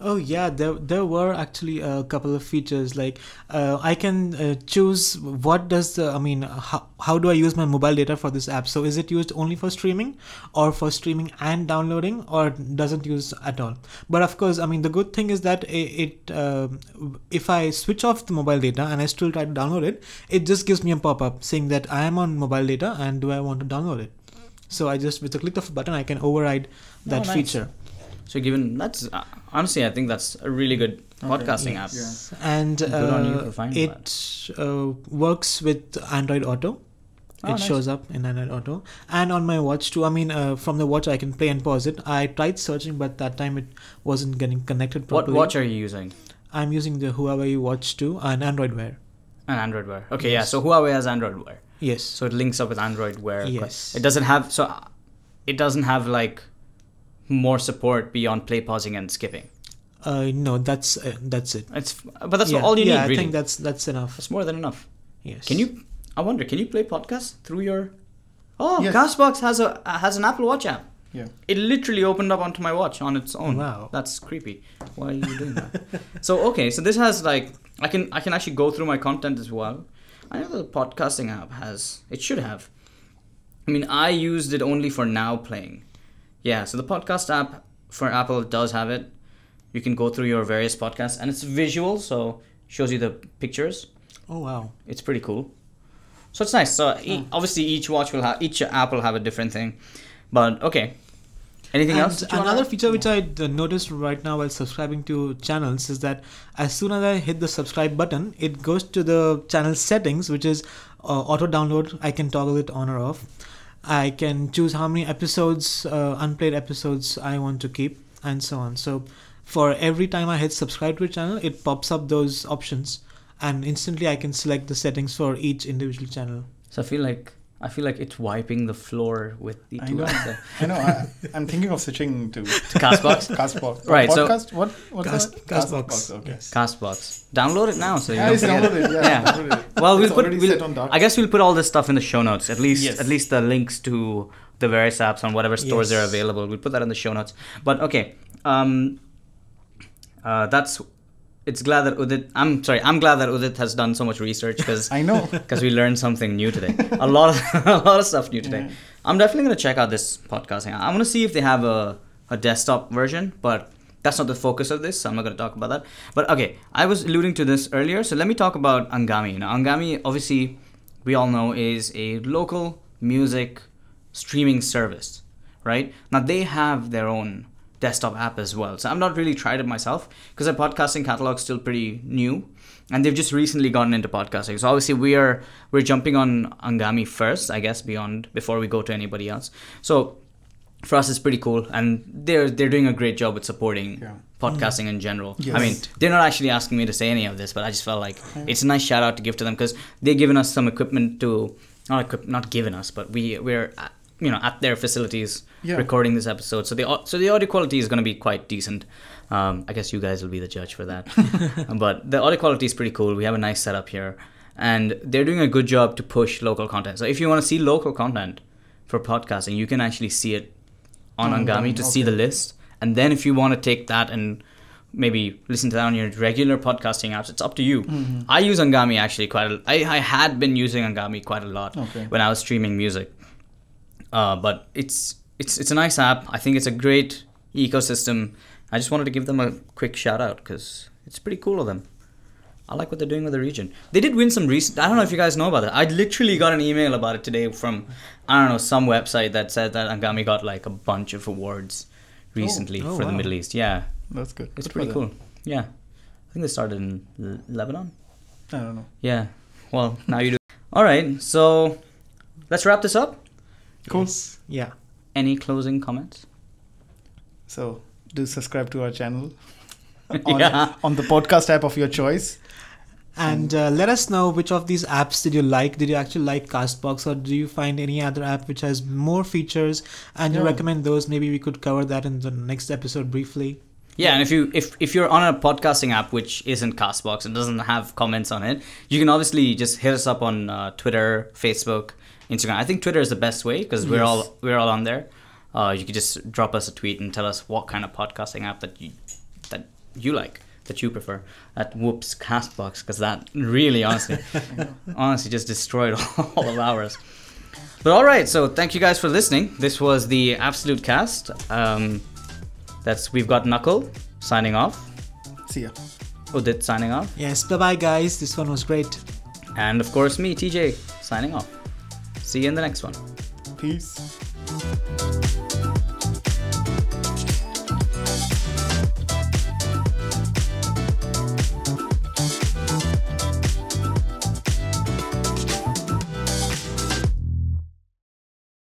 Oh yeah, there there were actually a couple of features like uh, I can uh, choose what does the I mean how, how do I use my mobile data for this app? So is it used only for streaming or for streaming and downloading or doesn't use at all? But of course, I mean the good thing is that it, it uh, if I switch off the mobile data and I still try to download it, it just gives me a pop up saying that I am on mobile data and do I want to download it? So I just with a click of a button I can override that nice. feature. so given that's uh, honestly I think that's a really good podcasting app Yeah. and on you uh, for finding it uh, works with Android Auto. Oh, it nice. shows up in Android Auto, and on my watch too. I mean, uh, from the watch I can play and pause it. I tried searching, but that time it wasn't getting connected what properly. watch are you using I'm using the Huawei Watch 2 and Android Wear. an Android Wear okay yeah so Huawei has Android Wear Yes. So it links up with Android Wear. but Yes. It doesn't have so uh, it doesn't have like more support beyond play pausing and skipping. uh, no, that's uh, that's it. It's but that's yeah. all you yeah, need I really. think that's that's enough. that's more than enough. Yes. Can you I wonder can you play podcasts through your Oh, Yes. Castbox has a uh, has an Apple Watch app. Yeah. It literally opened up onto my watch on its own. Wow. That's creepy. Why are you doing that? so okay, so this has like I can I can actually go through my content as well. I know the podcasting app has it should have. I mean I used it only for now playing. Yeah, so the podcast app for Apple does have it. You can go through your various podcasts and it's visual, so shows you the pictures. Oh wow. It's pretty cool. So it's nice. So e- obviously each watch will have each app will have a different thing. But okay. Anything And else? that you wanna- another feature which I d- noticed right now while subscribing to channels is that as soon as I hit the subscribe button, it goes to the channel settings, which is uh, auto download. I can toggle it on or off. I can choose how many episodes, uh, unplayed episodes I want to keep, and so on. So, for every time I hit subscribe to a channel, it pops up those options, and instantly I can select the settings for each individual channel. So I feel like I feel like it's wiping the floor with the I two know. apps there. I know. I, I'm thinking of switching to Castbox. Castbox. Right, so- Podcast? what? What's Cast- that? Castbox. Okay. Yes. Castbox. Download it now so you Yeah, don't it's forget. downloaded. Yeah. Yeah. downloaded. Well, we'll It's put. already we'll- set on dark. I guess we'll put all this stuff in the show notes. At least, Yes. at least the links to the various apps on whatever stores they're Yes. available. We'll put that in the show notes. But okay, um, uh, that's. It's glad that Udit. I'm sorry. I'm glad that Udit has done so much research because I know. because we learned something new today. A lot of a lot of stuff new today. I'm definitely gonna check out this podcasting. I want to see if they have a a desktop version, but that's not the focus of this. So I'm not gonna talk about that. But okay, I was alluding to this earlier, so let me talk about Angami. Now, Angami, obviously, we all know is a local music streaming service, right? Now they have their own desktop app as well. So I've not really tried it myself because their podcasting catalog's still pretty new and they've just recently gotten into podcasting. So obviously we are we're jumping on Angami first, I guess, beyond before we go to anybody else. So for us it's pretty cool and they're they're doing a great job with supporting Yeah. podcasting in general. I Yes. mean, they're not actually asking me to say any of this, but I just felt like it's a nice shout out to give to them because they've given us some equipment to not equip, not given us, but we we're uh, you know at their facilities Yeah. recording this episode, so the au- so the audio quality is going to be quite decent. Um, I guess you guys will be the judge for that, but the audio quality is pretty cool. We have a nice setup here, and they're doing a good job to push local content. So if you want to see local content for podcasting, you can actually see it on On Angami Ngami, to see the list. And then if you want to take that and maybe listen to that on your regular podcasting apps, it's up to you. I use Angami actually quite a I, I had been using Angami quite a lot Okay. when I was streaming music. Uh, but it's it's it's a nice app. I think it's a great ecosystem. I just wanted to give them a quick shout out because it's pretty cool of them. I like what they're doing with the region. They did win some recent. I don't know if you guys know about that. I literally got an email about it today from, I don't know, some website that said that Angami got like a bunch of awards recently Oh, for the wow. Middle East. Yeah, That's good. it's Good for pretty them. cool. Yeah, I think they started in L- Lebanon. I don't know. Yeah. Well, now you do. All right. So let's wrap this up. Cool. Yes. Yeah. Any closing comments? So do subscribe to our channel on, Yeah. on the podcast app of your choice. And uh, let us know which of these apps did you like. Did you actually like Castbox, or do you find any other app which has more features? And you Yeah. recommend those? Maybe we could cover that in the next episode briefly. Yeah, and if you if, if you're on a podcasting app which isn't Castbox and doesn't have comments on it, you can obviously just hit us up on uh, Twitter, Facebook, Instagram. I think Twitter is the best way because we're all we're all on there. Uh, you could just drop us a tweet and tell us what kind of podcasting app that you that you like that you prefer. That whoops Castbox because that really honestly honestly just destroyed all of ours. But all right, so thank you guys for listening. This was the Absolute Cast. Um, that's we've got Knuckle signing off. See ya. Udit signing off, Yes. Bye bye, guys. This one was great. and of course me, TJ, signing off. See you in the next one. Peace.